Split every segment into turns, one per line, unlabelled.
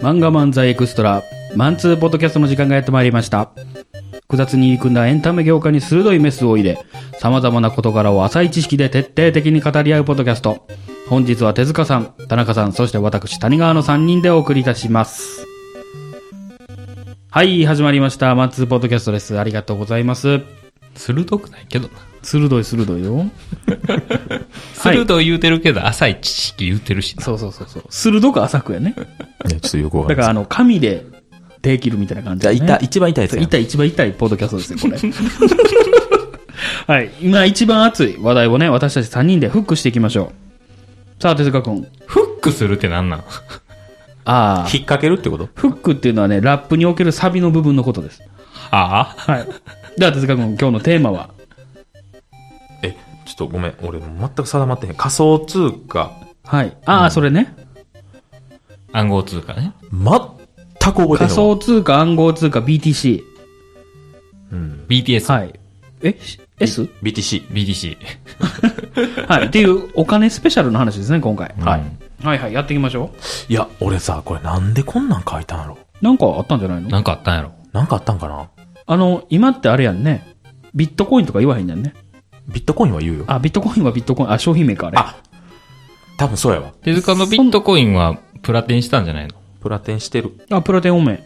漫画漫才エクストラマンツーポッドキャストの時間がやってまいりました複雑に入り組んだエンタメ業界に鋭いメスを入れ様々な事柄を浅い知識で徹底的に語り合うポッドキャスト本日は手塚さん田中さんそして私谷川の3人でお送りいたしますはい始まりましたマンツーポッドキャストですありがとうございます
鋭くないけどな。
鋭い鋭いよはい
鋭い言うてるけど、浅い知識言うてるしな。
そうそうそうそう鋭く浅くやね
いやちょっとよくわ
だ
かん
か
ない
らあの紙で手切るみたいな感じ
じゃ
だね、
あ痛い一番痛いですね。
痛い、一番痛いポッドキャストですね、これ。 はい。今一番熱い話題をね、私たち3人でフックしていきましょう。さあ、手塚くん。
フックするってなんなん
ああ。
引っ掛けるってこと
フックっていうのはね、ラップにおけるサビの部分のことです。
はあ
はい。では、手塚くん、今日のテーマは
え、ちょっとごめん。俺全く定まってへん。仮想通貨、
はい。ああ、それね。
暗号通貨ね。
全く覚えてない。
仮想通貨、暗号通貨、BTC。
BTS。
はい。えし ?S?
BTC。
BTC。
はい。っていう、お金スペシャルの話ですね、今回。
はい。
はいはい、やっていきましょ
いや、俺さ、これなんでこんなん書いたんやろ
う。なんかあったんじゃないの
なんかあったんやろ。
なんかあったんかな
あの、今ってあれやんね。ビットコインとか言わへんやんね。
ビットコインは言うよ。
あ、ビットコインはビットコイン、あ、商品名か、あれ。
あ、多分そうやわ。
手塚のビットコインはプラテンしたんじゃないの
プラテンしてる。
あ、プラテンおめん。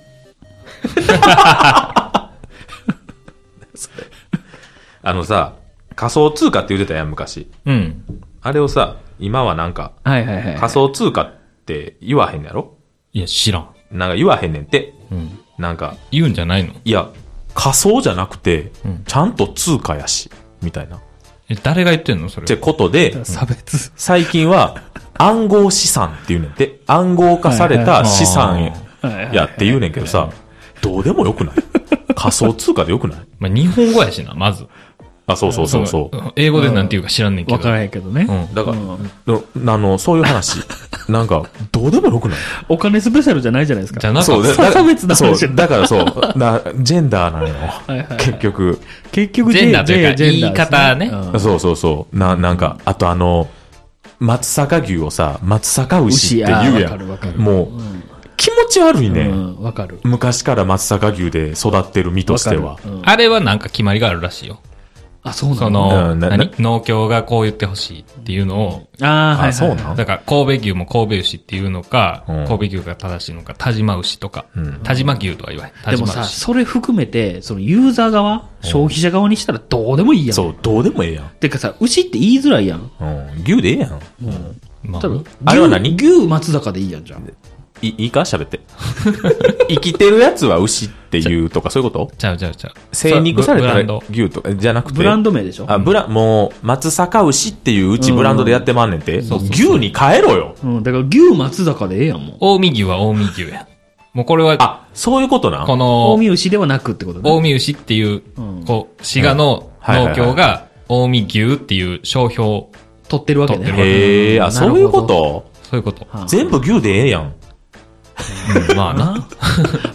あのさ、仮想通貨って言ってたやん、昔。
うん。
あれをさ、今はなんか、
はいはいはい。
仮想通貨って言わへんやろ
いや、知らん。
なんか言わへんねんって。
うん。
なんか、
言うんじゃないの
いや、仮想じゃなくて
うん、
ちゃんと通貨やし、みたいな。
え、誰が言ってんのそれ。
ってことで、
差別。
最近は暗号資産っていうねんって、暗号化された資産やって言うねんけどさ、どうでもよくない仮想通貨でよくない
まあ、日本語やしな、まず。
あ、そうそうそうそ
の英語でなんて言うか知らんねんけど。
わからへんけどね。
うん。
う。だから、
うん
のあの、そういう話、 なんか、どうでもよくない
お金スペシャルじゃないじゃないですか。
じゃなか
そう、
っ
だ
た。
から
差別な話
そう、だからそう、なジェンダーなのよ
いはいはい。
結局、
結局、
ジェンダーというか
J- ジェンダーです
言い方ね
そうそうそう、な、なんか、あとあの、松阪牛をさ、松阪牛って言う
牛あーわ
や
かるわかる
ん。もう、気持ち悪いね。
うんうん、わかる。
昔から松阪牛で育ってる身としては
わか。るうん
あれはなんか決まりがあるらしいよ。
あ、そうな
そ
の
の、
うんな
何
な
農協がこう言ってほしいっていうのを、
あー、はいはい。
あ、そうなん
だから神戸牛も神戸牛っていうのか、
うん
神戸牛が正しいのか、田島牛とか、
うん
田島牛とは言わない。田
でも
島
さ、
牛。
それ含めて、そのユーザー側、消費者側にしたらどうでもいいやん。
そう、どうでもええやん。
てかさ、牛って言いづらいやん。
うん、牛でええやん。
まあ
多分、
あれは何
牛牛松坂でいいやんじゃん。
いいいか喋 って。生きてるやつは牛っていうとか、そういうこと
ちゃうちゃうちゃう。
生肉された
ブブランド
ら。牛とか、じゃなくて。
ブランド名でしょ
あ、ブラ、もう、松阪牛っていううちブランドでやってまんねんて。もう牛に変えろよ。
うん、だから牛松坂でええやんもん。
近江牛は近江牛や。もうこれは、
あ、そういうことな
この、
近江牛ではなくってことね。
近江牛っていう、こう、滋賀の
はいはいはい
農協が、近江牛っていう商標、
取ってるわけね。
取ってるわけ
へえ、あ、
なる
そ
ほど
ういうこと
そういうこと。
はあ
全部牛でええやん。
うんまあな。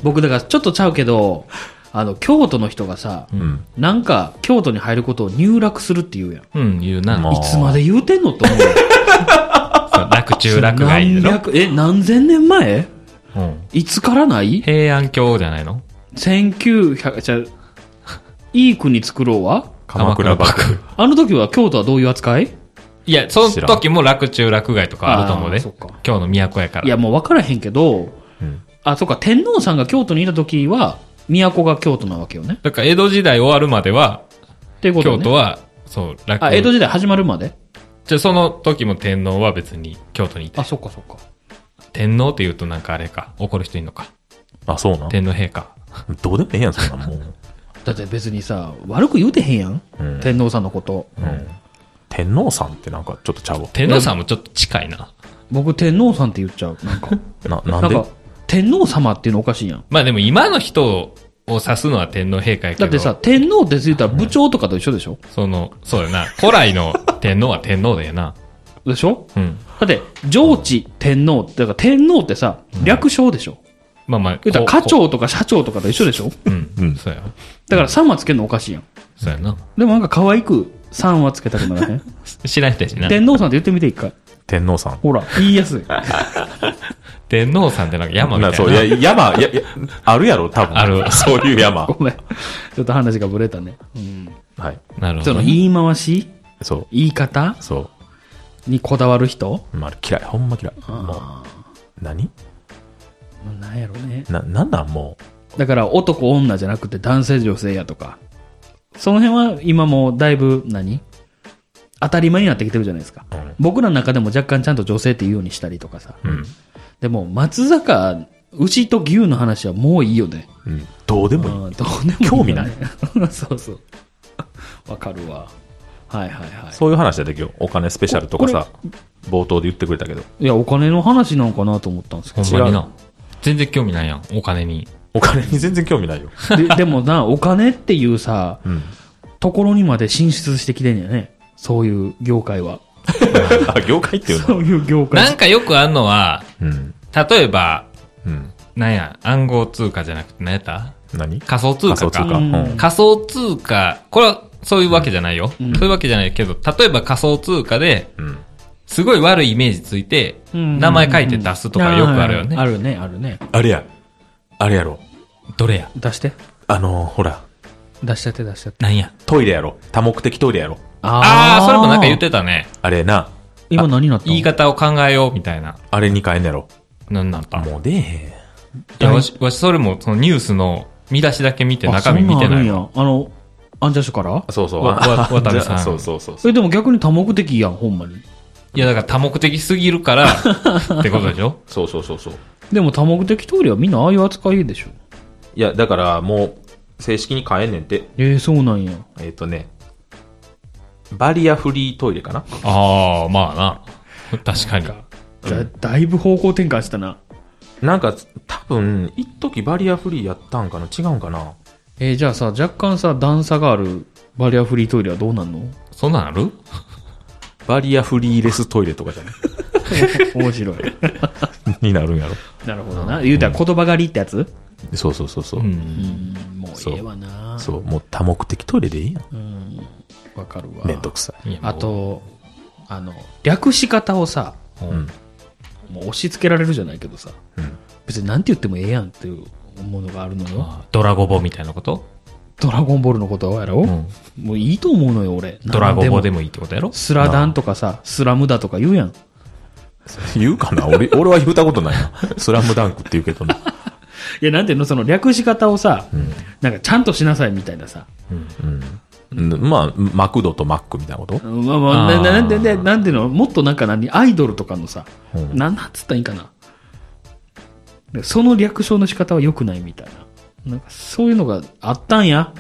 僕だからちょっとちゃうけど、あの、京都の人がさ、
うん。
なんか京都に入ることを入楽するって言うやん。い
うん、言うな。
まあ
つまで言うてんのと思うよ。
そう楽中楽がいい
何
の。
百、え、何千年前
うん
いつからない
平安京じゃないの
?1900、じゃう、いい国作ろうは
鎌倉幕府。
あの時は京都はどういう扱い
いや、その
知らん
時も楽中楽外とかあると思う
あ
で。
ーそっか
今日の都やから。
いや、もう分からへんけど、
うん
あ、そうか、天皇さんが京都にいた時は、都が京都なわけよね。
だから江戸時代終わるまでは、
っていうことね。
京都は、そう、楽。
あ、江戸時代始まるまで
じゃあその時も天皇は別に京都にいて
あ、。そっかそっか。
天皇って言うとなんかあれか、怒る人いるのか。
あ、そうなん。
天皇陛下。
どうでもええやん、そんなんもう。
だって別にさ、悪く言うてへんやん。
うん
天皇さんのこと。
うん天皇さんってなんかちょっとちゃうわ。
天皇さんもちょっと近いな。
僕、天皇さんって言っちゃう。なんか、
な、
な
なん
ん
で
か、天皇様っていうのおかしいやん。
まあでも今の人を指すのは天皇陛下やけど。
だってさ、、天皇ってついたら部長とかと一緒でしょ
その、そうやな。古来の天皇は天皇だ よな。
でしょ
うん。
だって、上智天皇って、だから天皇ってさ、略称でしょ
まあまあ、
言ったら
こう
課。長とか社長とかと一緒でしょ
こううん。
うん
そうや。
だから様つけるのおかしいやん。
そうやな。
でもなんか可愛くさんはつけたくなら へん。
知らん人やしな。
天皇さんって言ってみて一回。
天皇さん。
ほら、言いや すい。
天皇さんってなんか山みたい
な
な。
そう、いや、山、いや、いやあるやろ、多分。
ある
そうい う山。
ごめん。ちょっと話がぶれたね。うん。
はい。
なるほ
そ
ど
の
ね。
言い回し、
そ
言い方
う。そ
にこだわる人
う。まあ、嫌い。ほんま嫌い。も
あ
う、何
あ。なんやろね。
な、なんなんも
だから男女じゃなくて男性女性やとか。その辺は今もうだいぶ何当たり前になってきてるじゃないですか。
う。うん。
僕らの中でも若干ちゃんと女性って言うようにしたりとかさ。
うん。
でも松坂、牛と牛の話はもういいよね。
うん。どうでもいい。
うんどうでも
興味ない
よね。 そうそう。わかるわ。はいはいはい。
そういう話だったけど、お金スペシャルとかさ、冒頭で言ってくれたけど、
いや、お金の話なんかなと思ったんですけ
ほ
ど。
んまに
違
な。全然興味ないやん、お金に。
お金に全然興味ないよ。
ででもな、お金っていうさ、
うん。
ところにまで進出してきてんやね。そういう業界は。
あ、業界っていうの
そういう業界。
なんかよくあんのは、
うん。
例えば、
うん。
なんや、暗号通貨じゃなくて何やった
何
仮想通貨か。
仮想通貨。
う
う
ん
ん。
仮想通貨、これはそういうわけじゃないよ。
うん
そういうわけじゃないけど、例えば仮想通貨で、
うん。
すごい悪いイメージついて、
うん
名前書いて出すとかよくあるよね。
あるね、あるね。
あれや。あれやろ。
どれや
出して。
あのー、ほら、
出しちゃって、出しちゃって。
なんや
トイレやろ。多目的トイレやろ。
あ
ー
あー、それもなんか言っ。てたね。
あれな、
今何なったの
言い方を考えようみたいな。
あれに変えんねやろ。
なんなんだ。い
もう出えへん。
や、わし、わしそれもそのニュースの見出しだけ見て中身見て
あそんんあ
な
るん
い
や
わ。
あの、アンジャッシュから
そうそう。
わわ渡部さん
そうそうそうそう。
え、でも逆に多目的やん、ほんまに。
いや、だから多目的すぎるから、ってことでしょ
そうそうそうそう。
でも多目的トイレはみんなああいう扱いでしょ。
いや、だからもう、正式に変えんねんて。
えー、そうなんや。
えっ、とね、バリアフリートイレかな
ああ、まあな。確かに。
だだいぶ方向転換したな。
なんか、多分、一時バリアフリーやったんかな違うんかな
えーじゃあさ、若干さ、段差があるバリアフリートイレはどうなん の
そんなんある
バリアフリーレストイレとかじゃない
面白い。
になるんやろ。
なるほどな。言うたら言葉狩りってやつ
そうそうそうそう。
うん。
うん、もうええわな。
そう、もう多目的トイレでいいやん。
うん、わかるわ。
めんどくさい。
いやもう
あと、あの、略し方をさ、
うん。
もう押し付けられるじゃないけどさ、
うん
別になんて言ってもええやんっていうものがあるのよ。
ドラゴボみたいなこと
ドラゴンボールのことやろ、
うん。
もういいと思うのよ、俺。
ドラゴボで
も。
もいいってことやろ
スラダンとかさ、スラムだとか言うやん。
言うかな俺、俺は言ったことないな。スラムダンクって言うけどな。
いや、なんていうの、その略し方をさ、
ん
なんかちゃんとしなさいみたいなさ。
うん。まあ、マクドとマックみたいなこと
まあまあ、な
あー
なんで、でなんていうの、もっとなんか何、アイドルとかのさ、
うん
なんなんつったらいいんかな。でその略称の仕方は良くないみたいな。なんかそういうのがあったんや。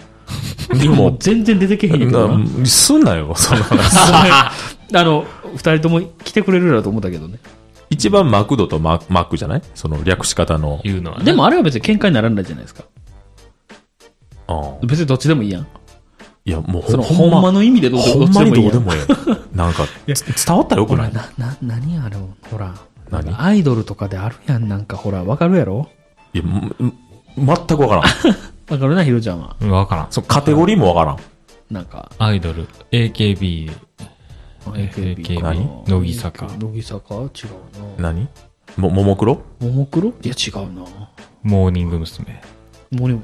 で
もう
も、
全然出てけへんやけどな。
なすんなよ、その話。
あの、二人とも来てくれるだろうと思ったけどね。
一番マクドとママックじゃないその略し方の。
言うのはね。
でもあれは別に喧嘩にならないじゃないですか。
うん
別にどっちでもいいやん。
いや、もう
そ
ほ
の、
ん
ほんまの意味でどう
ほ
どっ
ん
ち
ま
で
に
もいい
どう
や
で
ん。
もええ。なんか、つ伝わったらよく
ほ
な
ら、
い
な、な、何あれを、ほら。
何
アイドルとかであるやん、なんかほら、わかるやろ
いや、むむ全くわからん。
わかるな、ひろちゃんは。
うんわからん。
そのカテゴリーもわか
なんか、
アイドル、AKB、
AKB かな
AKB、乃木坂、
乃木坂違う
ら
な。
ん。何も、ももクロ
ももクロいや、違うな。
モーニング娘。
もうでも違う。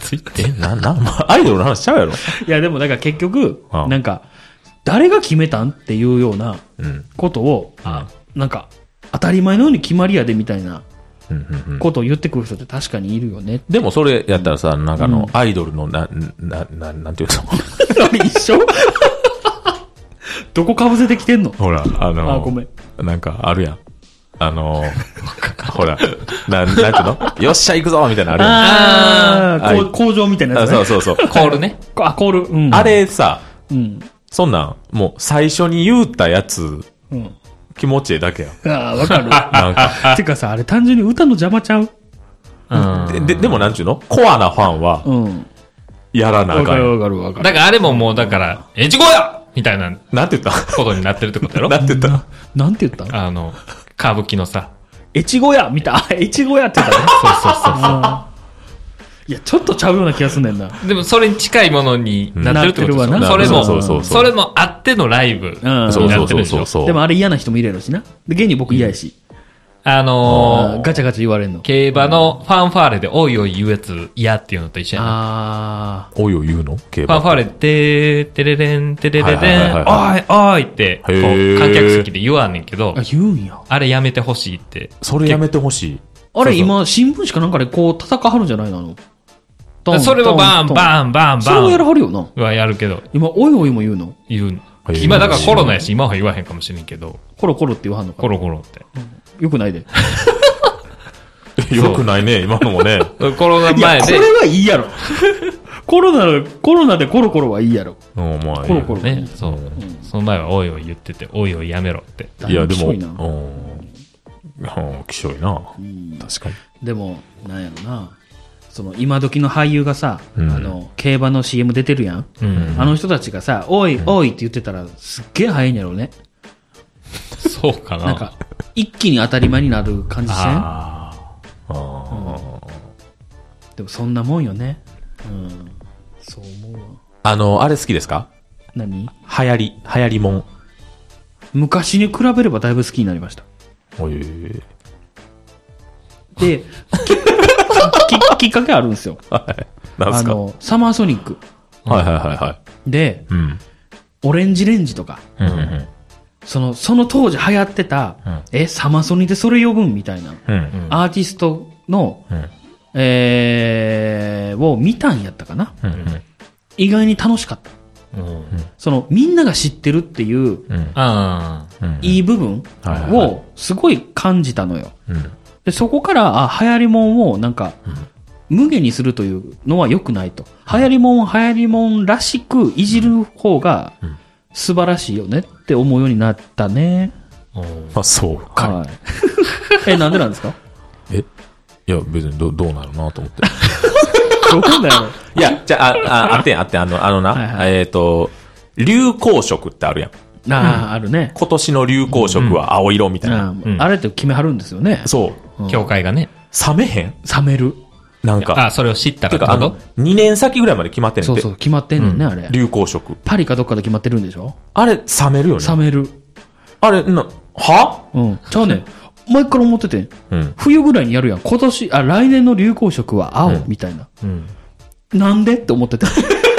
ついて
え、な、な、まあアイドルの話しちゃうやろ。
いや、でも、だから結局、
ああ
なんか、誰が決めたんっていうような
うん。
ことを、
あ
なんか、当たり前のように決まりやでみたいな
うんうんうん
ことを言ってくる人って確かにいるよね。
でもそれやったらさ、なんかあの、アイドルの、な、な、ななんていうの
一緒 どこかぶせてきてんの
ほら、あの、
あごめん
なんかあるやん。あの、ほら、な、なんていうのよっしゃ行くぞみたいなのあるやん。
あ
あ
あ、こ
ー
う工場みたいなや
あ
つね。
そうそうそう。
コールね。
あ、コール。うん。
あれさ、
うん。
そんなん、もう最初に言うたやつ、
うん。
気持ちええだけやん。
ああ、わかる。
なんか、
てかさ、あれ単純に歌の邪魔ちゃう
うん。
で、ででもなんちゅうのコアなファンは、
うん。
やらなあ
わ
か
か
ん
る
や
わ
ん。
かるわかる。
だからあれももうだから、エチゴやみたいな
なんて言っ
ことになってるってことやろ
たなんて言った
なんて言ったん
あの、歌舞伎のさ。
越後屋見た。あ越後屋って言ったね。
そうそうそうそう。
あいや、ちょっとちゃうような気がすんねんな。
でもそれに近いものになってるってことでし
なってるわ
ょ
な
それも、そう
そそうそうそう
れもあってのライブに
う
なんって
そうそう
る
そう
でし
そ
ょ
う。そう。
でもあれ嫌な人もいれるしな。で、現に僕嫌やし。
あ
あー
のー
ガチャガチャ言われんの。
競馬のファンファーレでおいおい言うやつ嫌っていうのと一緒や
あ
な。
おいを言うの競
ファンファー
レ。
レ、てー、てれれん、てれれ
はい
れん、
はいはい
おいおいって、こう
へー
観客席で言わんねんけど
ーあ。、言うんや。
あれやめてほしいって。
それやめてほしい。
あれ
そうそう
今、新聞紙かなんかでこう叩かはるんじゃないのあのトン
それもバーン、
ト
バーン、バーン、
それ
バ
もやら
ー
はるよな。
ンはやるけど、
今、おいおいも言うの。
言う
へ。ー
今だからコロナやし、今は言わへんかもしれんけど、
コロコロって言わはんのか
コ
な。
ロコロって。
よくないで。
う
よくないね、今の もね。
コロナ
いや、
前
こ
で
れ、はいいやろ。コロナの、コロナでコロコロはいいやろ。
うん、まあい
コ
いよ
ロコロ。
ね、そう。その前はおいおい言ってて、おいおいやめろって。
いや、でも、
だ
う。
いぶきしょいなん
うん、きしょいな。確かに。
でも、なんやろな。その、今時の俳優がさ、あ
うん
の、競馬の CM 出てるやん。
うん。
あの人たちがさ、おい、おいって言ってたら、すっげえ早いんやろうね。
そうかな。
なんか、一気に当たり前になる感じせん
あ
あー
でもそんなもんよね。うん。そう思うわ。
あの、あれ好きですか
何
流行り、流行りもん。
昔に比べればだいぶ好きになりました。
おいえ
で、きききっかけあるんですよ。
なん
あ
すか
の、サマーソニック。
はいはいはいはい。
で、
うん。
オレンジレンジとか、
うんうん
その、その当時流行ってた、
うん
え、サマソニでそれ呼ぶんみたいな、
うん。
ん
アーティストの、
うん
えー、を見たんやったかな。
うんうん
意外に楽しかった。
あ。うん。
その、みんなが知ってるっていう、
うん
あ
うん
いい部分
はいはいは
を、すごい感じたのよ。
うん
で、そこから、あ、流行りもんを、なんか、無下にするというのは良くないと。流行りもん、流行りもんらしくいじる方が
ん、
素晴らしいよねって思うようになったね。
あ。うん
まあそうか。
はい。 え、なんでなんです か
えいや、別にどどうなるなと思って。
どこだよ。
いや、じゃあ、あ、ああってん、あってん、あの、あ
は
の
いは
な、えっと、流行色ってあるやん。
ああ、あるね。
今年の流行色は青色みたいな。
あ
うん
あれって決めはるんですよね。
そう。
教会がね。
冷めへん
冷める。
なんか。
あ、それを知った
て
ら
か、あ
ど
の、2年先ぐらいまで決まってんね
そう
んて
そう、決まってんねんね、あれ。
流行色。
パリかどっかで決まってるんでしょ
あれ、冷めるよね。
冷める。
あれ、な、は
うん。ちゃうねん。前から思っててん。
うん。
冬ぐらいにやるやん。今年、あ、来年の流行色は青、みたいな。
うん。
なんでって思ってた。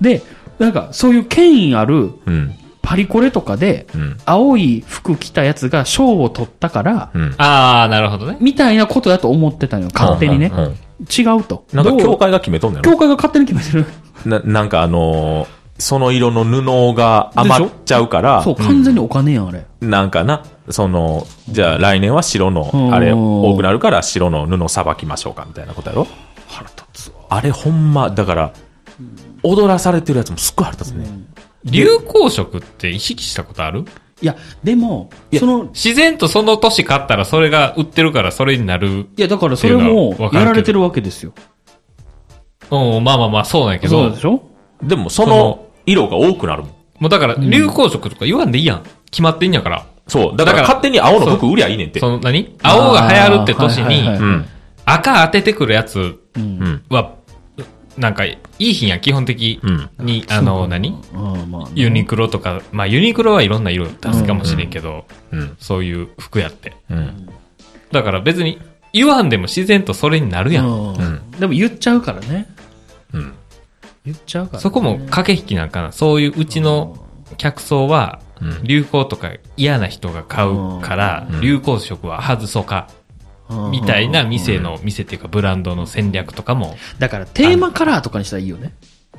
で、なんか、そういう権威ある
うん。
パリコレとかで、
うん。
青い服着たやつが賞を取ったから、
うん。
ああ、なるほどね。
みたいなことだと思ってたのよ、勝手にね
う。んうん
違うと。
なん
ど
か、
う
教会が決めとんねん
教会が勝手に決めてる。
ななんかあのーその色の布が余っちゃうから
そう、、完全にお金やん、あれ。
なんかな、その、じゃあ来年は白
うん
の、あれ多くなるから白の布さばきましょうかみたいなことやろ
腹立つわ。
あれほんま、だから、踊らされてるやつもすっごい腹立つね。
流行色って意識したことある
いや、でも、
いや
その、
自然とその年買ったらそれが売ってるからそれになる。
いや、だからそれも
っていうのはわ、かるけど
やられてるわけですよ。
うん、まあまあまあ、そうなんやけ
そう
ど
で。しょ
でもそ
そ
の
の
色が多くなるもん。
もうだから、流行色とか言わんでいいやん。決まってんやから。
そう。だから
だから
勝手に青の服売りゃいいねんて。
その何青が流行るって年
あーはいはい
に
は
う、ん。
赤当ててくるやつ
うん。
うん。
は、なんか、いい品やん、基本的
うん。
に、あの、何
うん、まあね。
ユニクロとか、まあユニクロはいろんな色出すかもしれんけど、
うん。
そういう服やって。
うん。
だから別に、言わんでも自然とそれになるやん。
うん。でも言っちゃうからね。
うん。
言っちゃうから、ね。
そこも駆け引きなんかな。そういううちの客層は
うん、
流行とか嫌な人が買うから、流行色は外そうか、
うん
みたいな店の、店っていうかブランドの戦略とかも、
だからテーマカラーとかにしたらいいよね。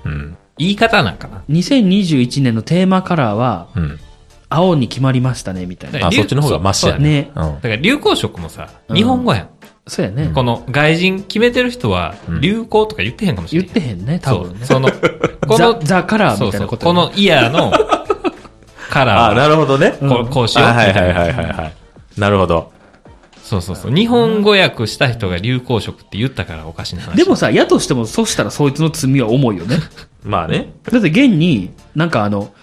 うん。
言い方なんかな。
2021年のテーマカラーは、
うん。
青に決まりましたね、みたいな。
え
あ、そっちの方がマシやね。
そう
だから流行色もさ、日本語やん。
そうやね。
この外人決めてる人は
ん、
流行とか言ってへんかもしれ
言っ
ない。
てへんね、多分ね。
そう その、こ
ザ
の、
ザカラー
そ
み
う
たい
そ
な
う、
ことや
こ
ね、
のイヤーのカ
うん。あ、
ラー
なるほどね。
をこうこうしよう
あ
み
はい
たい
は
ない
はいはいはい。なるほど。
そうそうそう。日本語訳した人が流行色って言ったからおかしな話。
でもさ、やとしても、そしたらそいつの罪は重いよね。
まあね。
だって現に、なんかあの、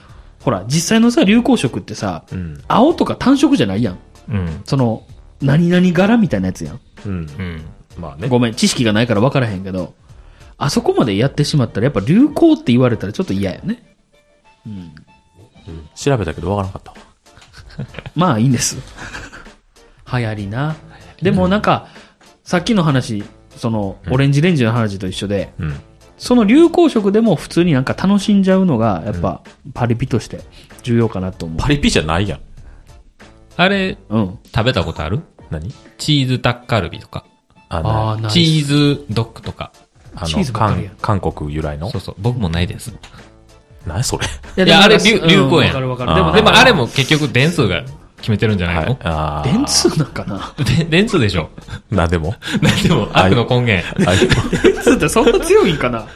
ほら、実際のさ、流行色ってさ、
ん
青とか単色じゃないやん。
うん。
その、何々柄みたいなやつやん。
うん。
うん。
まあね。
ごめん、知識がないから分からへんけど、あそこまでやってしまったら、やっぱ流行って言われたらちょっと嫌やね。
調べたけどわからなかったわ。
まあいいんです。 流行りな。でもなんか、さっきの話、その、オレンジレンジの話と一緒で、
うん。
その流行色でも普通になんか楽しんじゃうのが、やっぱ、パリピとして重要かなと思
パリピじゃないやん。
あれ、
う。うん。
食べたことある
何
チーズタッカルビとか、
あ
あ
の、
あ、ない。
チーズドッグとか。
あ
チーズ
の
ばっかりやん
韓韓国由来の
そうそう、僕もないです。
何それ
いや、あれ流流行やん。
うんわかるわかる。
で
で
も、
も、
で
で
も
も
あ
あ
れ
れ、
も結局電数が決めてるんじゃないの、
ああ。
電通なんかな。
で 電数でしょ。
何でも。
なんでも悪の根源。
あでも
電通ってそんな強いんかな。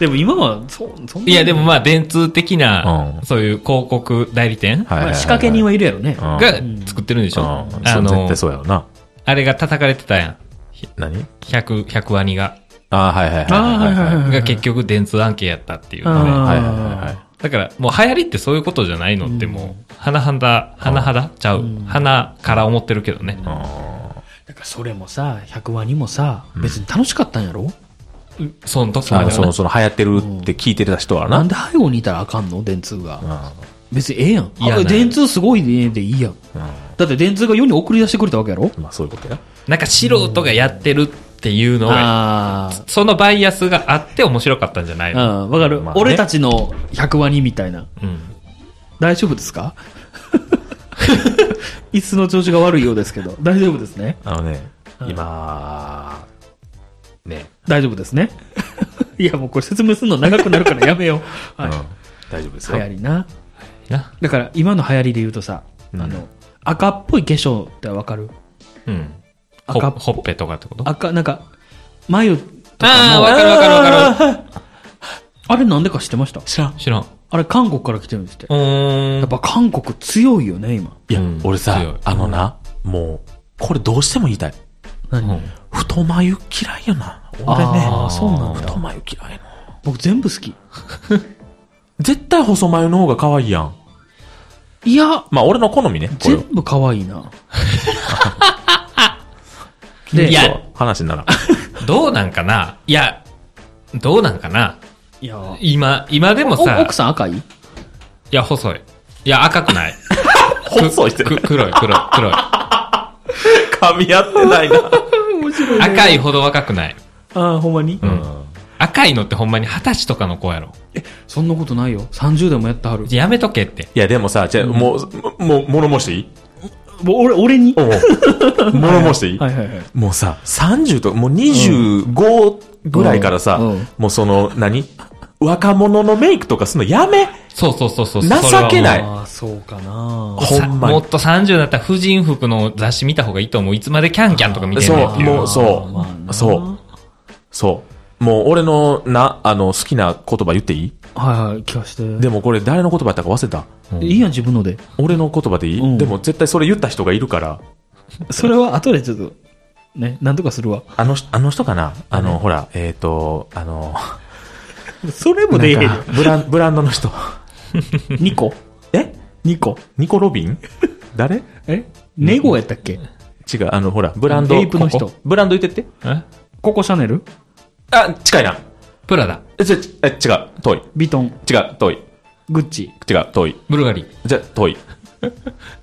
でも今は、そ、そんな。
いや、でもまあ、電通的な、
うん
そういう広告代理店
はいはい
ま
は
あ
い
仕掛け人はいるやろね。
うん
が作ってるんでしょ、
うん
あ
そう絶
の
対、そうやろな。
あれが叩かれてたやん。
何
100、100ワニが。
ああ、はいはいはいはい。
はい
が結局電通案件やったっていう。
あー
はいはいはいはい。
だから、もう流行りってそういうことじゃないのってもう、はなはだ、はなはだちゃう。花から思ってるけどね。
だからそれもさ、100話にもさ、別に楽しかったんやろ、
その時まで
あの、
は
そ
ね
の、その流行ってるって聞いてた人は
な
な。
んで背後にいたらあかんの電通が。別にええやん。
いや
あ
ね
電通すごいねでいいやん。だって電通が世に送り出してくれたわけやろ
まあそういうことや。
なんか素人がやってるっていうのが、
ああ。
そのバイアスがあって面白かったんじゃないの、
うん、わかる、
まあね
俺たちの100ワニみたいな。
うん
大丈夫ですか 椅子の調子が悪いようですけど、大丈夫ですね
あのね、今、ね、
大丈夫ですね いや、もうこれ説明するの長くなるからやめよう。
う
は
ん
い。
大丈夫です
流
よ
行。りな。
な
だから今の流行りで言うとさ、
うん
あの、赤っぽい化粧ってわかる
うん。ほ
赤っぽ
ほっぺとかってこと
赤、なんか、眉と
あ
か
あ、
も
わかるわかるわか
あれなんでか知ってました
知らん
る。。知らん。
あれ韓国から来てるんですって
う。ー
やっ
ん。
ぱ韓国強いよね、今。
いや
うん、
俺
強い
さ、あのな、もう、これどうしても言いたい。
何、
うん
太眉嫌いやな。俺
あー
ね、
そうなんだ
太眉嫌いやな。
僕全部好き。
絶対細眉の方が可愛いやん。
いや、
まあ俺の好みね、これ
全部可愛いな。
は。
で
い
い
や
や、話 にならん。
どうなんかないや、どうなんかない
や、
今、今でも
お
さ
奥、さん赤い
いや、細い。いや、赤くない。
細いって
く黒い、黒い、黒い。
噛み合ってないな。
赤いほど若くない。
ああ、ほんまに、
うん。
赤いのってほんまに二十歳とかの子やろ。
そんなことないよ。30代もやってはる。
やめとけって。
いや、でもさ、じゃあ、もう、もう、物申していい
もう俺、俺に
おう物申していい
はいはいはい。
もうさ、30とか、もう25ぐらいからさ、
うんうん
もうその、何若者のメイクとかすんのやめ
そうそうそうそう。
情
それ
け
はもう
ない
ああ、そうかな。
ほんま
も
に
っ。と30だったら婦人服の雑誌見た方がいいと思う。いつまでキャンキャンとか見てん
そう
ねんってい、う。
もう、そ
まあな
う、そう、そう。もう俺の、な、あの、好きな言葉言っていい
はいはい、気がして。
でもこれ誰の言葉やったか忘れた。
いいやん、自分ので。
俺の言葉でいい、
うん
でも絶対それ言った人がいるから、
それは後でちょっと、ね、なんとかするわ。
あの人、あの人かなあの、ほら、えっ、と、あの、
それも
な
でええ
ん
で。
かブラン、ブランド の人。
2個
え
?2 個
ニコ・ロビン誰
えネゴやったっけ
違う、あの、ほら、ブランド。
エイプの人
ここブランド言ってって。
え
ココシャネル
あ、近いな。
プラダ、
え、ちょえ違う、遠い。
ビトン
違う、遠い。
グッチ
違う、遠い。
ブルガリ。
じゃ、遠い。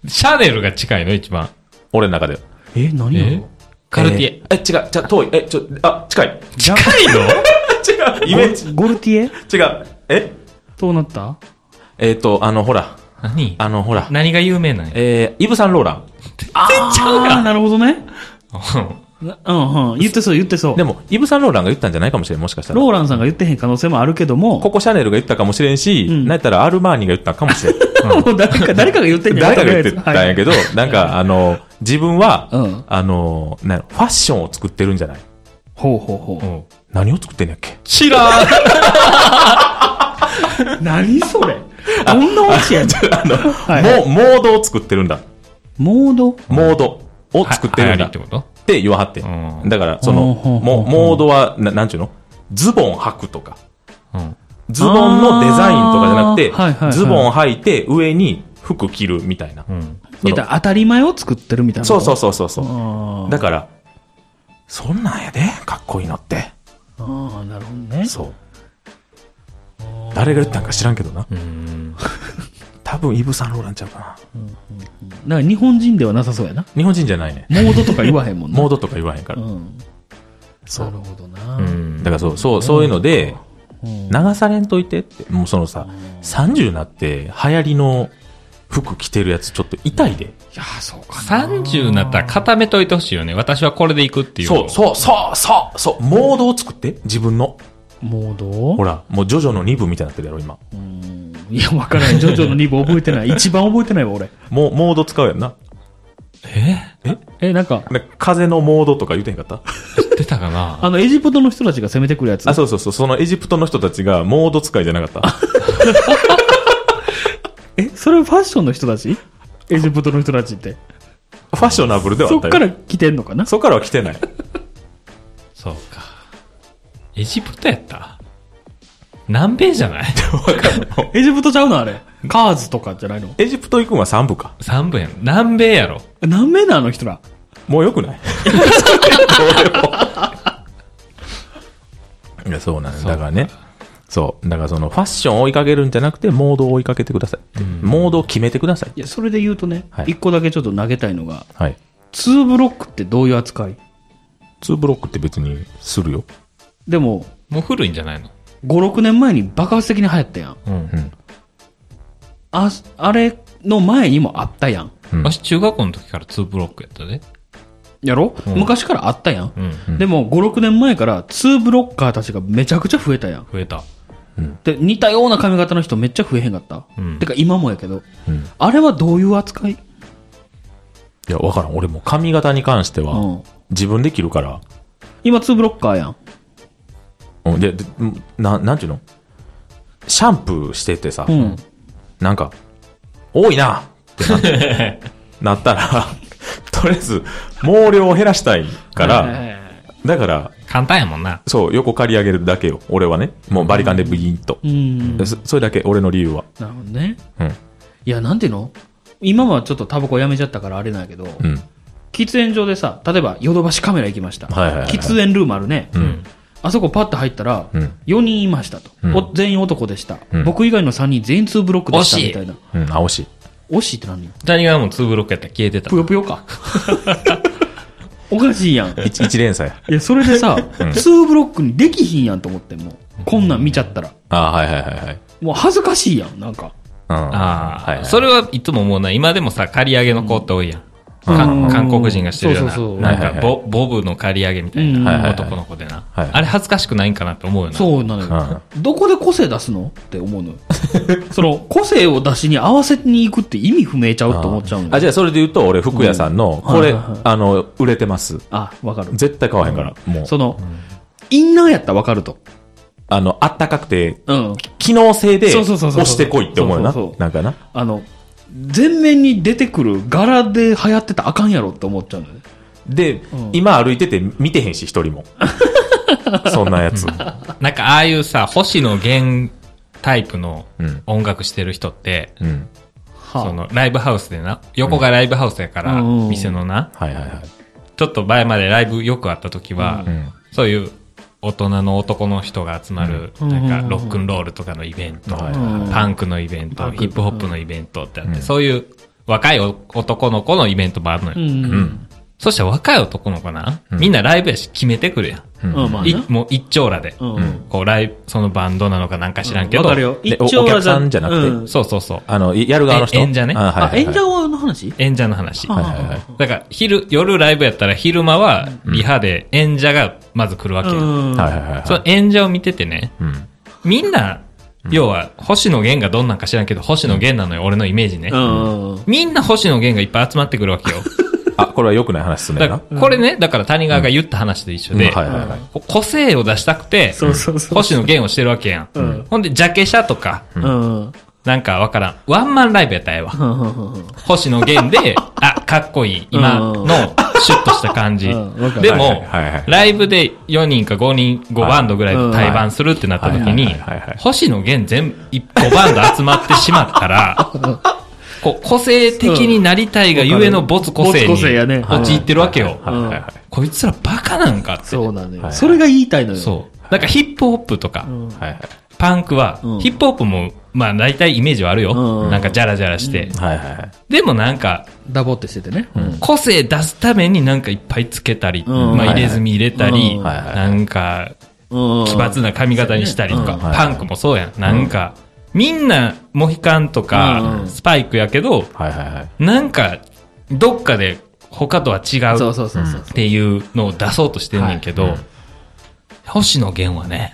シャネルが近いの一番。
俺の中で。
え、何やろ
カルティエ。
えー。え、違う、じゃ、遠い。え、ちょ、あ、近い。
近
いの
違う、イメージ。
ゴルティエ
違う。え
どうなった
えっ、と、あの、ほら、
何
あの、ほら、
何が有名なんや
えー、イブ・サンローラン。
ああ、なるほどね。
う
なうんうん。言ってそう、言ってそう。
でも、イブ・サンローランが言ったんじゃないかもしれん、もしかしたら
ロ。ーランさんが言ってへん可能性もあるけども、
ここシャネルが言ったかもしれんし、
ん
なんやったらアルマーニが言ったかもしれん。
もう誰か、 誰かが言ってんねん
誰かが言ってたんや
はい
けど、なんか、あの、自分は、
うん
あの、なんやろファッションを作ってるんじゃない
ほうほうほ
ん。
何を作ってんやっけ
知らん
う。何それどんなオチやん。はい
もう、モードを作ってるんだ。
モード
モードを作ってるんだ
は流行りって
っ
こと
て言わはって
うん
ん。だから、そ
ほう
の、
ほうほう
もモードは、ななんちゅうのズボン履くとか。
うん。
ズボンのデザインとかじゃなくて、
あーはいはいはい
ズボン履いて上に服着るみたいな。
うん。
その
言ったら当たり前を作ってるみたいな。。
そうそううそうそうそう。だから、そんなんやで、かっこいいのって。
ああ、なるほどね。
そう。誰が言ったんか知らんけどな。
うん。
多分イブ・サンローランちゃうかな。
だから日本人ではなさそうやな。
日本人じゃないね。
モードとか言わへんもんな。
モードとか言わへんから。
うん。
そ
なる
う。
ほどな。
うん
だからそう、そう、そういうので、
うん
流されんといてって、もうそのさ、30になって流行りの服着てるやつちょっと痛いで。
いやー、そうか。
30になったら固めといてほしいよね。私はこれで行くっていう。
そう、そう、そう、そう、そう、モードを作って、自分の。
モード
ほら、もうジョジョの2部みたいになってるやろ、今。
うんいや、わからない。ジョジョの2部覚えてない。一番覚えてないわ、俺。
もう、モード使うやんな。
え、なんか、
で風のモードとか言うてへんかった
う。出たかな
あの、エジプトの人たちが攻めてくるやつ。
あ、そうそうそう、そのエジプトの人たちがモード使いじゃなか った。
え、それファッションの人たちエジプトの人たちって。
ファッショナブルではあ
そ
っ
った
よ。
から来てんのかな
そっからは来てない。
そうか。エジプトやった南米じゃ ない
エジプトちゃうのあれ。カーズとかじゃないの
エジプト行くんは3部か。
三部やん。南米やろ。
何名なあの人ら。
もうよくないいや、そうなんです。だからね。そう。だからそのファッションを追いかけるんじゃなくて、モードを追いかけてください。モードを決めてください。
いや、それで言うとね、一、
はい
個だけちょっと投げたいのが、
はい。
ツーブロックってどういう扱い
2ブロックって別にするよ。
でも、
もう古いんじゃないの
5、6年前に爆発的に流行ったやん。
うん。
うん。
あ、あれの前にもあったやん。
うん
私中学校の時から2ブロックやったで。
やろ、
うん
昔からあったやん。
うん。
ん
でも、5、6年前から、ツーブロッカーたちがめちゃくちゃ増えたやん。
増えた。
で、似たような髪型の人めっちゃ増えへんかった。
うん
てか、今もやけど。
うん
あれはどういう扱い
いや、わからん。俺もう髪型に関して
う
は、
ん。
自分で着るから、
今、ツーブロッカーやん。
うん、で、でうんななんていうのシャンプーしててさ、
うん。
なんか、多いな ってななったら、 とりあえず、毛量を減らしたいから、
え
だから、
簡単やもんな。
そう、横刈り上げるだけよ。俺はね、もうバリカンでビーンと
え。うん。なる
そそれだけ、俺の理由は。
ほどね。
うん。
いや、なんていうの今はちょっとタバコやめちゃったからあれなんやけど、
うん。
喫煙所でさ、例えばヨドバシカメラ行きました。
はいはいはいはい
喫煙ルームあるね。
うん。
あそこパッと入ったら、
うん
4人いましたと。
うん
お全員男でした、
うん
僕以外の3人全員2ブロックでした
惜しい
みたいな。
うん、あ、惜しい。
惜しいって何よ
谷川も2ブロックやったら消えてた
ぷ。よぷよか。おかしいやん。い
一一連鎖や。
や、それでさ、2ブロックにできひんやんと思って、もう。こんなん見ちゃったら。
あはいはいはいはい。うん。
もう恥ずかしいやん、なんか。
ああ、
はいはい。
それはいつも思うな。今でもさ、刈り上げの子って多いやん。
うん
か
うん
韓国人がしてるような、
そうそうそう
なんか
はいはい
ボ,、
は
ボブの刈り上げみたい
うん
な男の子でな、
はいはい
あれ恥ずかしくないんかなって思うよな。
そうなのよ。どこで個性出すのって思うのよ。 その、個性を出しに合わせに行くって意味不明ちゃうって思っちゃうの
あ、
よ。
じゃあそれで言うと、俺、服屋さんの、こ
は
れ、
いはいはい
あの、売れてます。
あ、わかる。
絶対買わへんから、もう。
その、インナーやったらわかると。
あの、あったかくて、
うん。
機能性で、
そうそう
押
そうそう
してこいって思うよな
そうそうそ。う
なんかな。
あの、全面に出てくる柄で流行ってたらあかんやろって思っちゃうのよね。
で、今歩いてて見てへんし、一人 も。そんなやつ。
なんかああいうさ、星野源タイプの
うん
音楽してる人って、
うん。
はあ
そのライブハウスでな、横がライブハウスやから、
うん
店のな、
はいはいはい。
ちょっと前までライブよくあった時は、
ん
そういう大人の男の人が集まる、
うん
なんかロックンロールとかのイベント、
はい
はい
パンクのイベン
パ
ト、
ンク
ヒップホップのイベントってあって、そういう若い男の子のイベントもあるのよ。
うん。うん。
そして若い男の子な、みんなライブやし決めてくるやん。
うん、まあ
い
な。
もう一丁羅で、
うん。
こうライブ、そのバンドなのかなんか知らんけど、
わかるよ。
で
一応
おお
は
客さんじゃなくて
うん
そうそうそう。
あの、やる側の人。
え演者ね
あ、はい
あ、
はいはい、
演者の話
演者の話。
は
はいはいはい。
だから、昼、夜ライブやったら昼間は、リハで演者がまず来るわけよ。
うん。
はいはいはい
そ
は
の演者を見ててね、
い。うん。
みんな、要は、星野源がどんなんか知らんけど、星野源なのよ、俺のイメージね
う。ん。うん
みんな星野源がいっぱい集まってくるわけよ。
あ、これは良くない話すんね
だ
んな
か。ら、これね、だから谷川が言った話と一緒で
うん、はいはいはい。
こ個性を出したくて、
そうそうそう。
星野源をしてるわけやん。
うん
ほんで、ジャケシャとか、
うん。うん
なんかわからん。ワンマンライブやったらええわ。
うんうん
星野源 で、あ、かっこいい。今の、シュッとした感じ
うんわか。る
でも
はいはいはい、
ライブで4人か5人、5バンドぐらいで対バンするってなった時
は
に
いはいはいはい、
星野源全、5バンド集まってしまった ら、こう個性的になりたいがゆえの没個性
没個性やね
に陥ってるわけよ。
はいはいはい。
こいつらバカなんかって。
そうなのよ。
はい
それが言いたいのよ。
そうなんかヒップホップとか、
うん
はいはい。
パンクは、
うん
ヒップホップも、まあ大体イメージはあるよ。
うん
なんかジャラジャラして。
はいはいはい。
でもなんか、
ダボってしててね。うん
個性出すためになんかいっぱいつけたり、
うん
まあ入れ墨入れたり、
うん
はいはい
なんか奇抜な髪型にしたりとか、
うん
はい
パンクもそうやん。なんか、みんなモヒカンとか
うん
スパイクやけど、
はいはいはい。
なんかどっかで他とは違う
そうそうそうそう。
っていうのを出そうとしてんねんけど、星野源はね、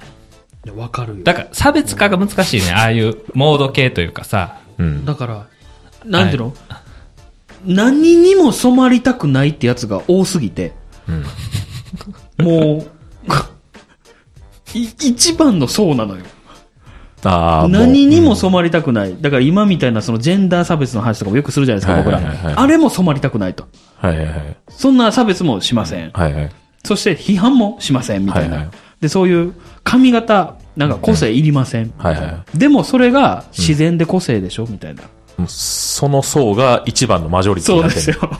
いやわかるよ。
だから差別化が難しいね。ああいうモード系というかさ、
うん。
だから、なんていうの、何にも染まりたくないってやつが多すぎて、も う、い一番のそうなのよ。
ああ、もう
何にも染まりたくない。だから今みたいなそのジェンダー差別の話とかもよくするじゃないですか、
はい
僕
はい
ら
はいはい。
あれも染まりたくないと。
はいはいはい。
そんな差別もしません。
はいはい。
そして批判もしません、みたいな。
はいはい
で、そういう髪型、なんか個性いりません。
はいは
でもそれが自然で個性でしょ、みたいな。
い。もうその層が一番のマジョリテ
そ
ィに
う
な
で
って
す
る
よ。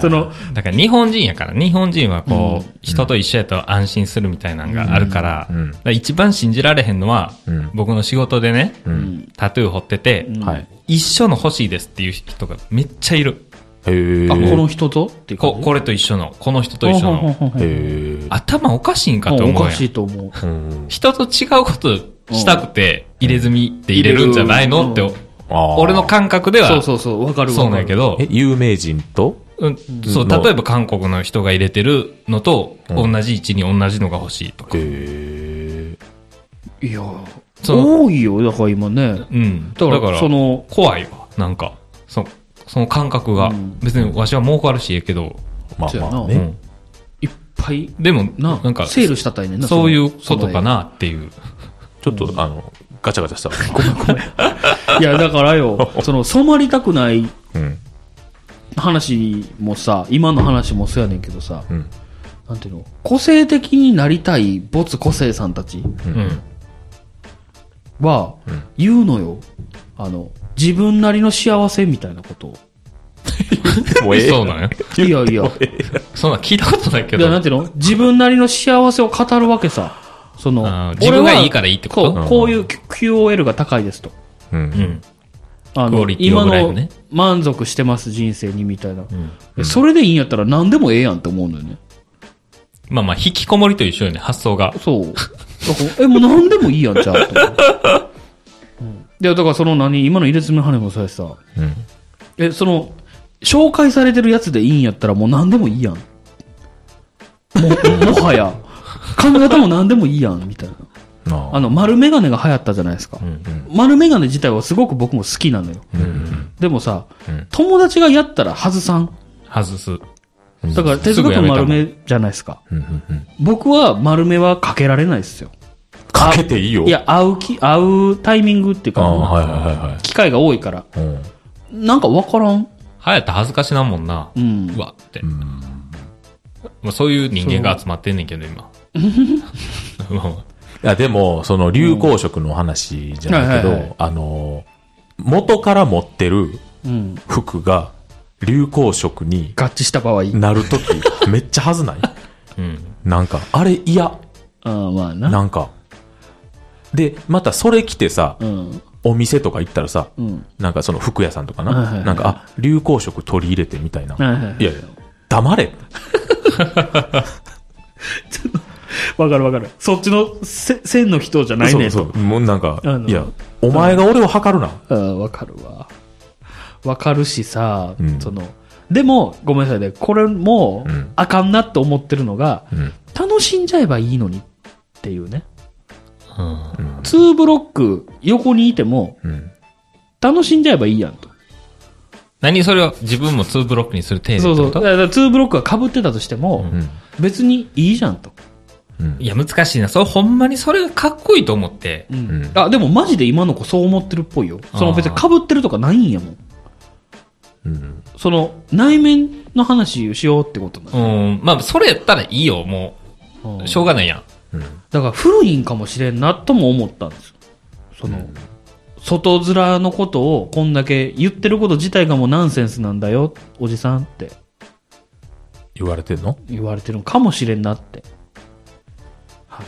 その、
だから日本人やから、日本人はこう、人と一緒やと安心するみたいなのがあるから、
うん
だから一番信じられへんのは、
うん
僕の仕事でね、
うん。
タトゥー彫ってて、
うん
はい。
一緒の欲しいですっていう人がめっちゃいる。
へえ。
あ、この人とっていう
ここれと一緒の、この人と一緒の。
の。
へえ。
頭おかしいんかと
お
思う
か
やん
し。いと思う。
うん。
人と違うことしたくて、入れ墨って入れるんじゃないのっ
うん
て、
ああ。
俺の感覚で
そ
は
う、そうそう、わかるわかる。
そうなんやけど
え、、有名人と
うん、そう、
の
例えば韓国の人が入れてるのと、
う
同
ん
じ位置に同じのが欲しいとか。
へ
いや、
その
多いよ、だから今ね。
うん。
だから、その、
怖いわ。なんか、そその感覚が。
うん
別にわしは儲かるしええけど、
ーま
そうや
あ
な
まあ
う
ね。
ん、
いっぱい、
でも、な
な、
んか、
セールしたたいねんな。
そういう
そ
こ
の
とか。なっていう。
ちょっと、あの、ガチャガチ ャしたわ。
その絵いや、だからよ、 その、染まりたくない
うん。
話もさ、今の話もそうやねんけどさ、
うん。
なんていうの、個性的になりたい没個性さんたち
うん。
は、言うのよ。あの、自分なりの幸せみたいなことを。
もうええ。
そうなんや。
いやいや、
そんなん聞いたことないけ
いや、な
ど
ん。ていうの自分なりの幸せを語るわけさ。その、
あー
俺は
自分がいいからいいってこと
こ
う
うんこういう QOL が高いですと。
う。
うんん。
あ
クオ
の、
リティオ
今
ブライフ
の
ね
満足してます人生にみたいな、
ん
えそれでいいんやったら何でもええやんって思うのよね。
まあまあ、引きこもりと一緒よね、発想が。
そう。だからえ、もう何でもいいやんちゃう と思う、うんいや、だからその何、今の入れ墨の話もそうやしさ、
うん。
え、その、紹介されてるやつでいいんやったらもう何でもいいやん。もう、もはや。髪型も何でもいいやん、みたいな。あ
あ
の、丸メガネが流行ったじゃないですか。丸メガネ自体はすごく僕も好きなのよ。でもさ、友達がやったら外さん。
外す。
だから手塚君丸目じゃないですか。僕は丸目はかけられないですよ。
かけていいよ。
いや、会うき、会うタイミングっていう
あ
か、
あ、はいはいはいはい。
機会が多いから。
うん
なんかわからん。
はやた恥ずかしなもんな。
うん
うわって。まあ、そういう人間が集まってんねんけど、今。 も
いや、でも、その流行色の話じゃないけ
うんはいはいは
ど
い、
あの、元から持ってる
うん。
服が流行色に
合致した場合。
なる とき、めっちゃはずないう
うん。
なんか、あれ嫌。
ああ、まあな。
なんか。で、またそれ着てさ
う、ん。
お店とか行ったらさ、
うん。
なんかその服屋さんとか
はいはいは
な、
い
なんか、あ、流行色取り入れてみたいな。
はいはいはい
いやいや、黙れ。
わかるわかる。そっちのせ線の人じゃない
そ
ね
う
と。
そう。もうなんか
あの、
いや、お前が俺を測るな。
うん、わかるわ。わかるしさ、
うん
その、でも、ごめんなさいね、これも
うん、
あかんなと思ってるのが、
うん。
楽しんじゃえばいいのにっていうね。
うん。
2ブロック横にいても、
うん。
楽しんじゃえばいいやんと。
何それを自分も2ブロックにする程
そう
度
そう。
って
だ
こ
か
と
ら2ブロックが被ってたとしても、
うん。
別にいいじゃんと。
うん
いや、難しいな。それほんまにそれがかっこいいと思って。
う
うん
んあ、でもマジで今の子そう思ってるっぽいよ。その別に被ってるとかないんやもん。
うん。
その、内面の話をしようってことな
う
の
ん。まあ、それやったらいいよ、も
うん
う。しょうがな いやん。
だから古いんかもしれんなとも思ったんですよ。その、外面のことをこんだけ言ってること自体がもうナンセンスなんだよ、おじさんって。
言われてんの
言われてるのかもしれんなって。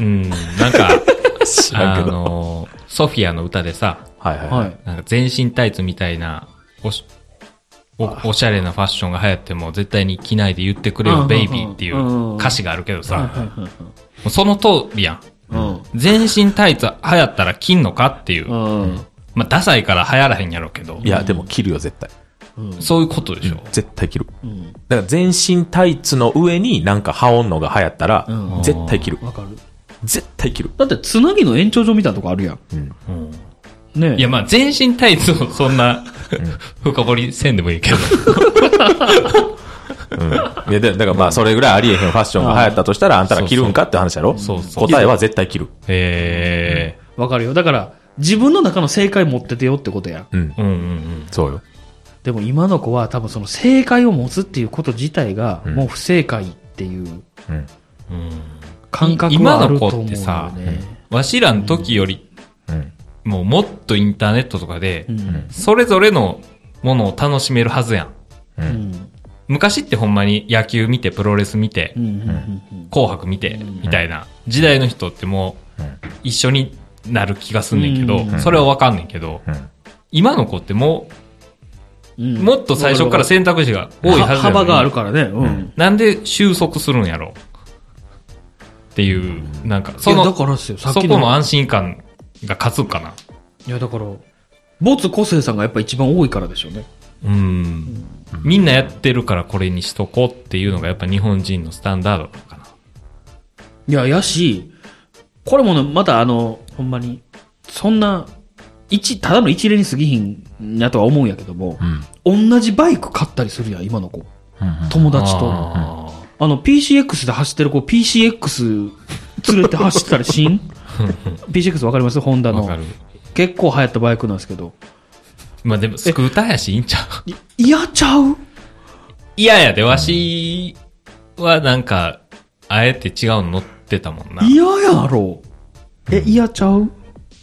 うん、なんか、
知ら
あ
んけど。
の、ソフィアの歌でさ、
はいはい。
は
はいい、。
なんか全身タイツみたいな、おし、おおしゃれなファッションが流行っても絶対に着ないで言ってくれ
うんうんうん
よ、ベイビーってい
うん
う歌詞があるけどさ、
はいはい
もうその通りやん。
はい
全身タイツ流行ったら着んのかっていう。
うん。うん。
まあ、ダサいから流行らへんやろうけど。
いや、でも切るよ、絶対。
そういうことでしょ。
絶対切る。だから全身タイツの上になんか羽織んのが流行ったら、
うん
絶対切る。
わかる。
絶対切る。
だって、つなぎの延長上みたいなとこあるやん。
うん。
ねえ
いや、まあ、全身タイツをそんな、深掘りせんでもいいけど。
うん。いや、でだからまあ、それぐらいありえへんファッションが流行ったとしたら、あんたら着るんかって話やろ
そうそう
答えは絶対切る。
え
わかるよ。だから、自分の中の正解持っててよってことやん。
うん
ー。。うんうん
そうよ。
でも今の子は多分その正解を持つっていうこと自体が、
ん
もう不正解っていう
うん。
うん。うん。
感覚
今
はあ
の
ると
子
思う
っ
ん
て
だよ
さ
ね。、
わしらの時より、
うん。
もうもっとインターネットとかで
う、ん。
それぞれのものを楽しめるはずやん。
う
うん
ん。
昔ってほんまに野球見て、プロレス見て
うん。う、んうん。
紅白見て、みたいな時代の人ってもう
うん、
一緒になる気がすんねんけ
う
ど、
ん
それはわかんねんけど、
うん。
今の子っても
うん
う、もっと最初から選択肢が多いはずやのに
幅があるからね。うん。
なんで収束するんやろっていう、なんか、そ
いやだ
の、
からっすよ、さっ
そ
き
この
の。
安心感が勝つんかな。
いや、だから、没個性さんがやっぱ一番多いからでしょうね。
うん。みんなやってるからこれにしとこうっていうのがやっぱ日本人のスタンダードなのかな。
いや、やし、これもね、またあの、ほんまに、そんな、一、ただの一例に過ぎひんなとは思うんやけども、
うん。
同じバイク買ったりするやん、今の子。
うん
友達と。あ
あ
の、PCX で走ってる子、PCX 連れて走ってたりしん ?PCX わかりますホンダ
ーわ
の
か。る。
結構流行ったバイクなんですけど。
まあでも、スクーターやし、いいんちゃう
い嫌ちゃう
いやいやで、わしはなんか、あえて違うの乗ってたもんな。
嫌やろ。え、嫌ちゃう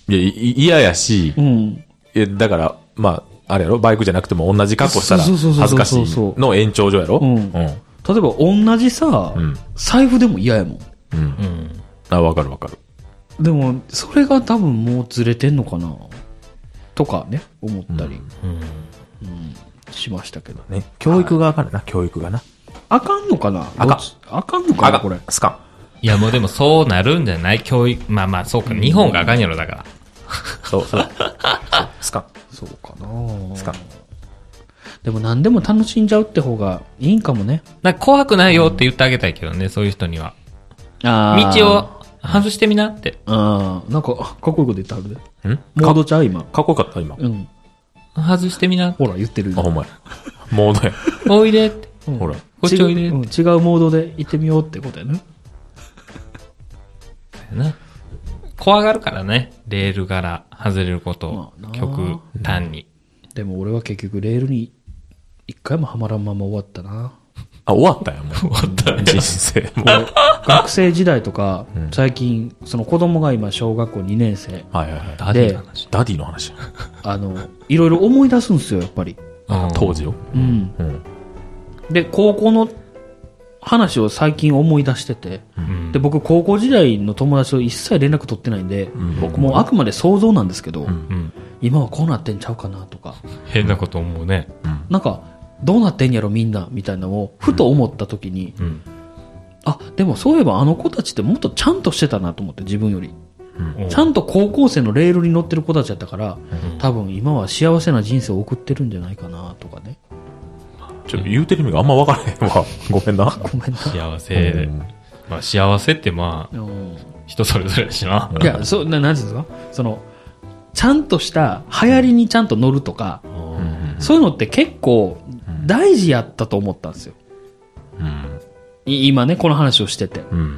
いや、い嫌やし
う、ん。
いやだから、まあ、あれやろバイクじゃなくても同じ格好したら
そうそうそうそう
恥ずかしいの延長上やろ
うん
うん。
例えば同じさ、
うん
財布でも嫌やもん。
うん
う。ん。
あ、わかるわかる。
でも、それが多分もうずれてんのかなとかね、思ったり
うん。
しましたけど。
ね。教育があかんねんな、教育がな。
あかんのかな
あかん
どっちあかんのかな
が
これ。
すかん。
いやもうでもそうなるんじゃない教育。まあまあ、そうか。日本があかんやろ、だから。
そう、そう。 すかん。
そうかな
すかん。
でも何でも楽しんじゃうって方がいいんかもね。
なんか怖くないよって言ってあげたいけどね、そういう人には。
あ
道を外してみなって。
あーなんか、あかっこいいこと言ったはるで。
ん
モードちゃう今。
かっこよかった、今。
うん。
外してみな。
ほら、言ってる。
あ、ほんまや。モードや。
おいでって。
うん
ほら。
こっちおい
違
で
う
っ
うん違うモードで行ってみようってことやね。
てな。怖がるからね。レールから外れること
まあな。
極端に。
でも俺は結局レールに一回もはまらんまま終わったな。
あ、終わったんや、もう。終わった人生。もう。
学生時代とか、最近、その子供が今小学校2年生、
はいはいはい。
ダディの話。
ダディの話。
あの、いろいろ思い出すんですよ、やっぱり。
うん
当時よ。
うん。
うん。
で、高校の話を最近思い出してて、
うん
で、僕高校時代の友達と一切連絡取ってないんで、
ん僕
もうあくまで想像なんですけど、
ん
うん
今はこうなってんちゃうかなとか、
変なこと思うね。
なんか、どうなってんやろみんな、みたいなのを、ふと思った時に、
うん。
あ、でもそういえばあの子たちってもっとちゃんとしてたなと思って、自分より。
おう
ちゃんと高校生のレールに乗ってる子たちだったから、多分今は幸せな人生を送ってるんじゃないかなとかね。
ちょ、言うてる意味があんまわからへんわ。ごめんな。
ごめんな。
幸せ。まあ幸せってまあ、
うん
人それぞれだしな。
いや、そう、ななんていうんですかその、ちゃんとした流行りにちゃんと乗るとか、
うん
そういうのって結構大事やったと思ったんですよ。
うん。
い今ね、この話をしてて。
うん。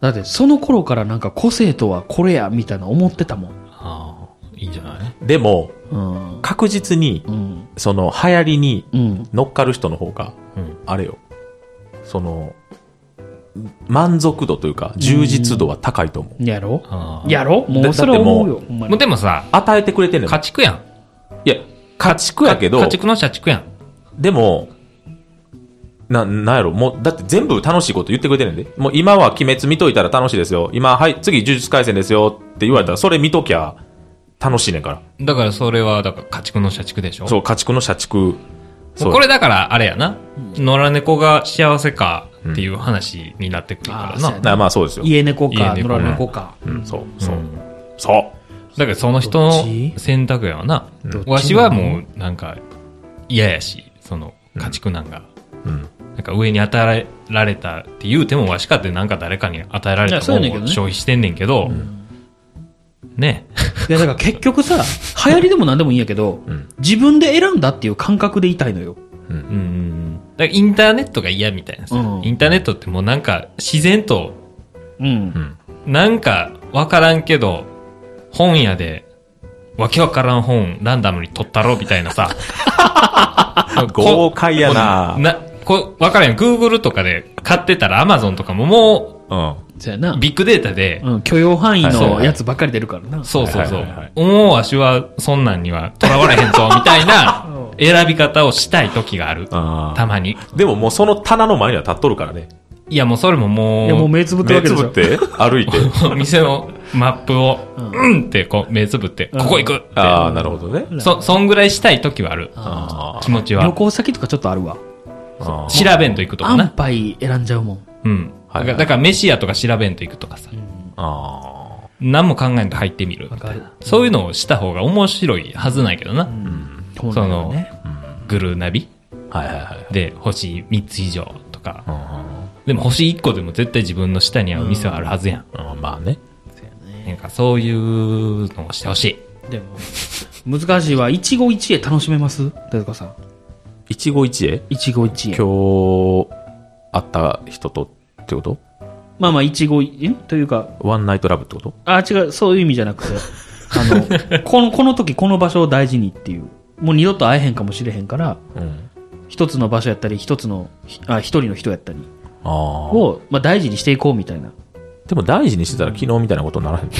だってその頃からなんか個性とはこれや、みたいな思ってたもん。
ああ、いいんじゃない
でも、
うん。
確実に
う、ん。
その、流行りに
うん。
乗っかる人の方が、
うん。
あれよ、その、満足度というか、充実度は高いと思う。
やろ
ああ。
やろも
だ
うそれは思うよ。
だっ
ほんま
も
に
うでもさ、
与えてくれてんねん。
家畜やん。
いや、家畜やけど
家、畜の社畜やん。
でも、な、なんやろ、もう、だって全部楽しいこと言ってくれてるんで。もう今は鬼滅見といたら楽しいですよ。今、はい、次呪術廻戦ですよって言われたら、それ見ときゃ楽しいねんから。
だからそれは、だから家畜の社畜でしょ
そう、家畜の社畜。そう
これだから、あれやな。野良猫が幸せかっていう話になってくるからな。
うんあーそうやな
なまあそうですよ。
家猫か、
家猫
野良猫か。
うん、そう、そう。そう。
だからその人の
どっち
選択やわな
どっ。ち
わしはもう、なんか、嫌やし、その、家畜なんか。
うん。
なんか上に与えられたって言うてもわしかってなんか誰かに与えられ
いや
た
そうやねんけど
ものを
ね
消費してんねんけど、ね
いや、だから結局さ、流行りでも何でもいいんやけど、
ん
自分で選んだっていう感覚でいたいのよ。
うん だからインターネットが嫌みたいなさ、
うん
インターネットってもうなんか自然と
うん。
なんかわからんけど本屋でわけわからん本ランダムに取ったろみたいな さ
豪快やな
こなこわからんよ Google とかで買ってたら Amazon とかもも
うん。
そうやな
う。ビッグデータで
うん、許容範囲
はいはい
の
はい
やつばっかり出るからな。
そうそうそう。
はいはいはいはい
思うわしは、そんなんには囚われへんぞ、みたい な選び方をしたい時がある。
あー
たまに。
でももうその棚の前には立っとるからね。
いや、もうそれももう、
いや、もう目つぶってる
目
わけ
つ
でし
ぶっ
ょ。
て歩い て。
店のマップを、うんってこう目つぶって、
うん
ここ行くって。
ああ、なるほどね。
そ、そんぐらいしたい時はある。
あ
気持ち
旅
は。
行先とかちょっとあるわ。
あー。
調べんと行くとか
安
な。
牌選んじゃうもん。
うん。
はい
だか
はい
ら、だから飯屋とか調べんと行くとかさ。
あ
何も考えんと入ってみるみたいな。そういうのをした方が面白いはずないけどな。
本
そ
来は
の
ね。、
グルナビ
あ。はいはいはい。
で星3つ以上とか。
うんうん
でも星1個でも絶対自分の下に合う店はあるはずやん。
うんまあね。
なんかそういうのをしてほしい。
でも、難しいわ。一期一会楽しめます手塚さん。
一期一会
一期一会。
今日、会った人とってこと
まあまあ、一期一、んというか、
ワンナイトラブってこと
あ、違う、そういう意味じゃなくて、あの、この、この時、この場所を大事にっていう。もう二度と会えへんかもしれへんから、
うん。
一つの場所やったり、一つの、ひあ、一人の人やったり
ああ。
を、まあ大事にしていこうみたいな。
でも大事にしてたら昨日みたいなことにならへん。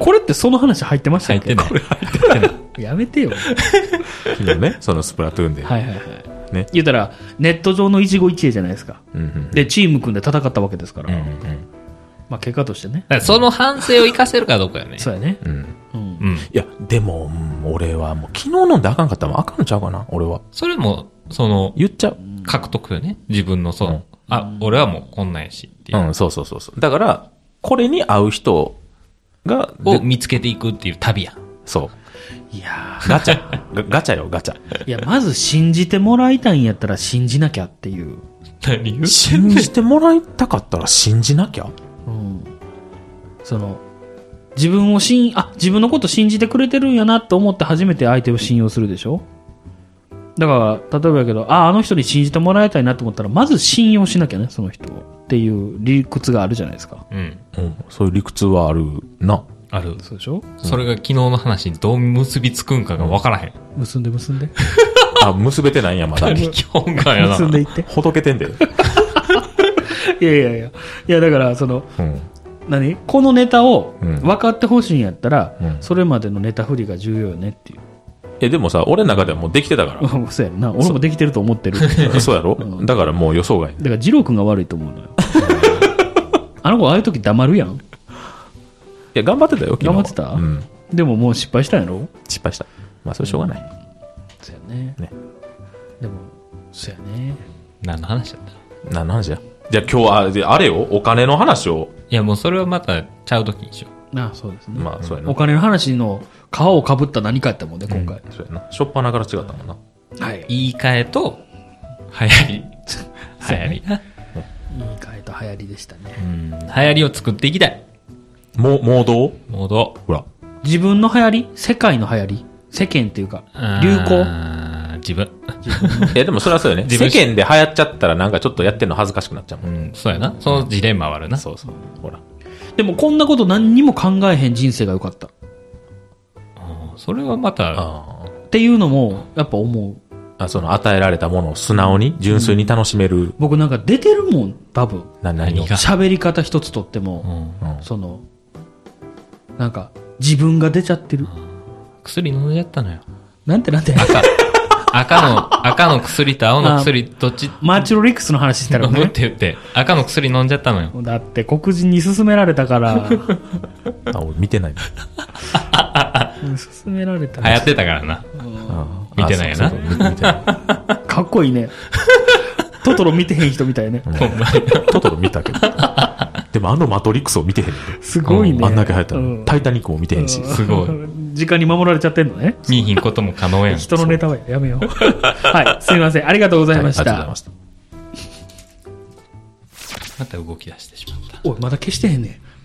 これってその話入ってました
入
っ
って
け
ない。
やめてよ。
昨日 ね、そのスプラトゥーンで。
はいはいはい。
ね
言うたら、ネット上の一期一会じゃないですか。
うんうん
で、チーム組んで戦ったわけですから。
うんうん
まあ結果としてね。
だからその反省を生かせるかどうかよね。
そうやね。
うん。
うん。
うん。
いや、でも、うん俺はもう昨日飲んであかんかったらもうあかんちゃうかな、俺は。
それも、その、
言っちゃう。
獲得よね。自分のその、
うん
あ、俺はもうこんなんやしっていうう。
ん、そうそうそうそう。だから、これに合う人が、
を
で
見つけていくっていう旅やん。
そう。
いや
ガチ ャ。ガガチャよ、ガチャ。
ーいや、まず信じてもらいたいんやったら信じなきゃっていう。
何言う
信じてもらいたかったら信じなきゃ。
うん。その、自分を信、あ、自分のこと信じてくれてるんやなと思って初めて相手を信用するでしょだから、例えばやけど、あ、あの人に信じてもらいたいなと思ったら、まず信用しなきゃね、その人を。っていう理屈があるじゃないですか。
うん。
うん、そういう理屈はあるな。
ある。
そうでしょ
それが昨日の話にどう結びつくんかがわからへん。
結んで結んで。
あ、結べてないんや、ま だ。
何基本感やな。
結んでいって。
ほどけてんで。
いやいやいや。いや、だから、その、
うん。
何このネタを
うん
分かってほしいんやったら、
うん
それまでのネタ振りが重要よねっていう。
え、でもさ、俺の中ではもうできてたか。
そうやんな。俺もできてると思ってる。だから
そうやろだからもう予想外。
ら、二郎君が悪いと思う のよ。あの子、ああいう時黙るやん。
いや、頑張ってたよ、昨日
頑張ってた
うん。
でももう失敗したんやろ
失敗した。まあ、それしょうがない。
そうやね。
ね
でも、そうやね。
何の話だったい
な、なんじゃ。じゃあ今日は、であれよ、お金の話を。
や、もうそれはまたちゃう時にしよ
あそうですね。
まあ、そうやな
お。金の話の皮をかぶった何かやったもんね、今回。
そうやな。しょっぱなから違ったもんな。
は
う。
い。
言い換えと、流行り。流行りな。
言い換えと流行りでしたね。
うん流行りを作っていきたい。
も、盲導
モード。
ほら。
自分の流行り世界の流行り世間っていうか、流行
行自分。
いや、でもそれはそうよね。
自
世
分
間で流行っちゃったらなんかちょっとやってんの恥ずかしくなっちゃうも。
うんん、そうやな。そのジレンマはあるな。
そうそう。ほら。
でもこんなこと何にも考えへん人生が良かった。
うんそれはまた、
あ
っていうのも、やっぱ思う。
あ。その与えられたものを素直に、純粋に楽しめる。
僕なんか出てるもん、多分。
な、何を
何が
喋り方一つとって
う
も、
ん
その、なんか、自分が出ちゃってる。
薬飲んじゃったのよ。
なんてなんて。
赤の、赤の薬と青の薬、どっち
マーチュロリックスの話したら
飲むっ
ね。
て言って、赤の薬飲んじゃったのよ。
だって黒人に勧められた から、
あ、俺見てないな。
勧められた
流行ってたからな。
うん
見てないよな
あそうそうそう見見てない。
かっこいいね。トトロ見てへん人みたいね。
ほんまトトロ見 たけど。でもあのマトリックスを見てへんねん
すごいね。
あんだけ流行った
うん
の。タイタニックも見てへんし。
す ごい。
時間に守られちゃってんのね。
見いひんことも可能やん。
人のネタはや めよう。はい、すいません。ありがとうございまし
はいありがとうござい
た
ま。した。
また動き出してしまった。
おい、まだ消してへんねん。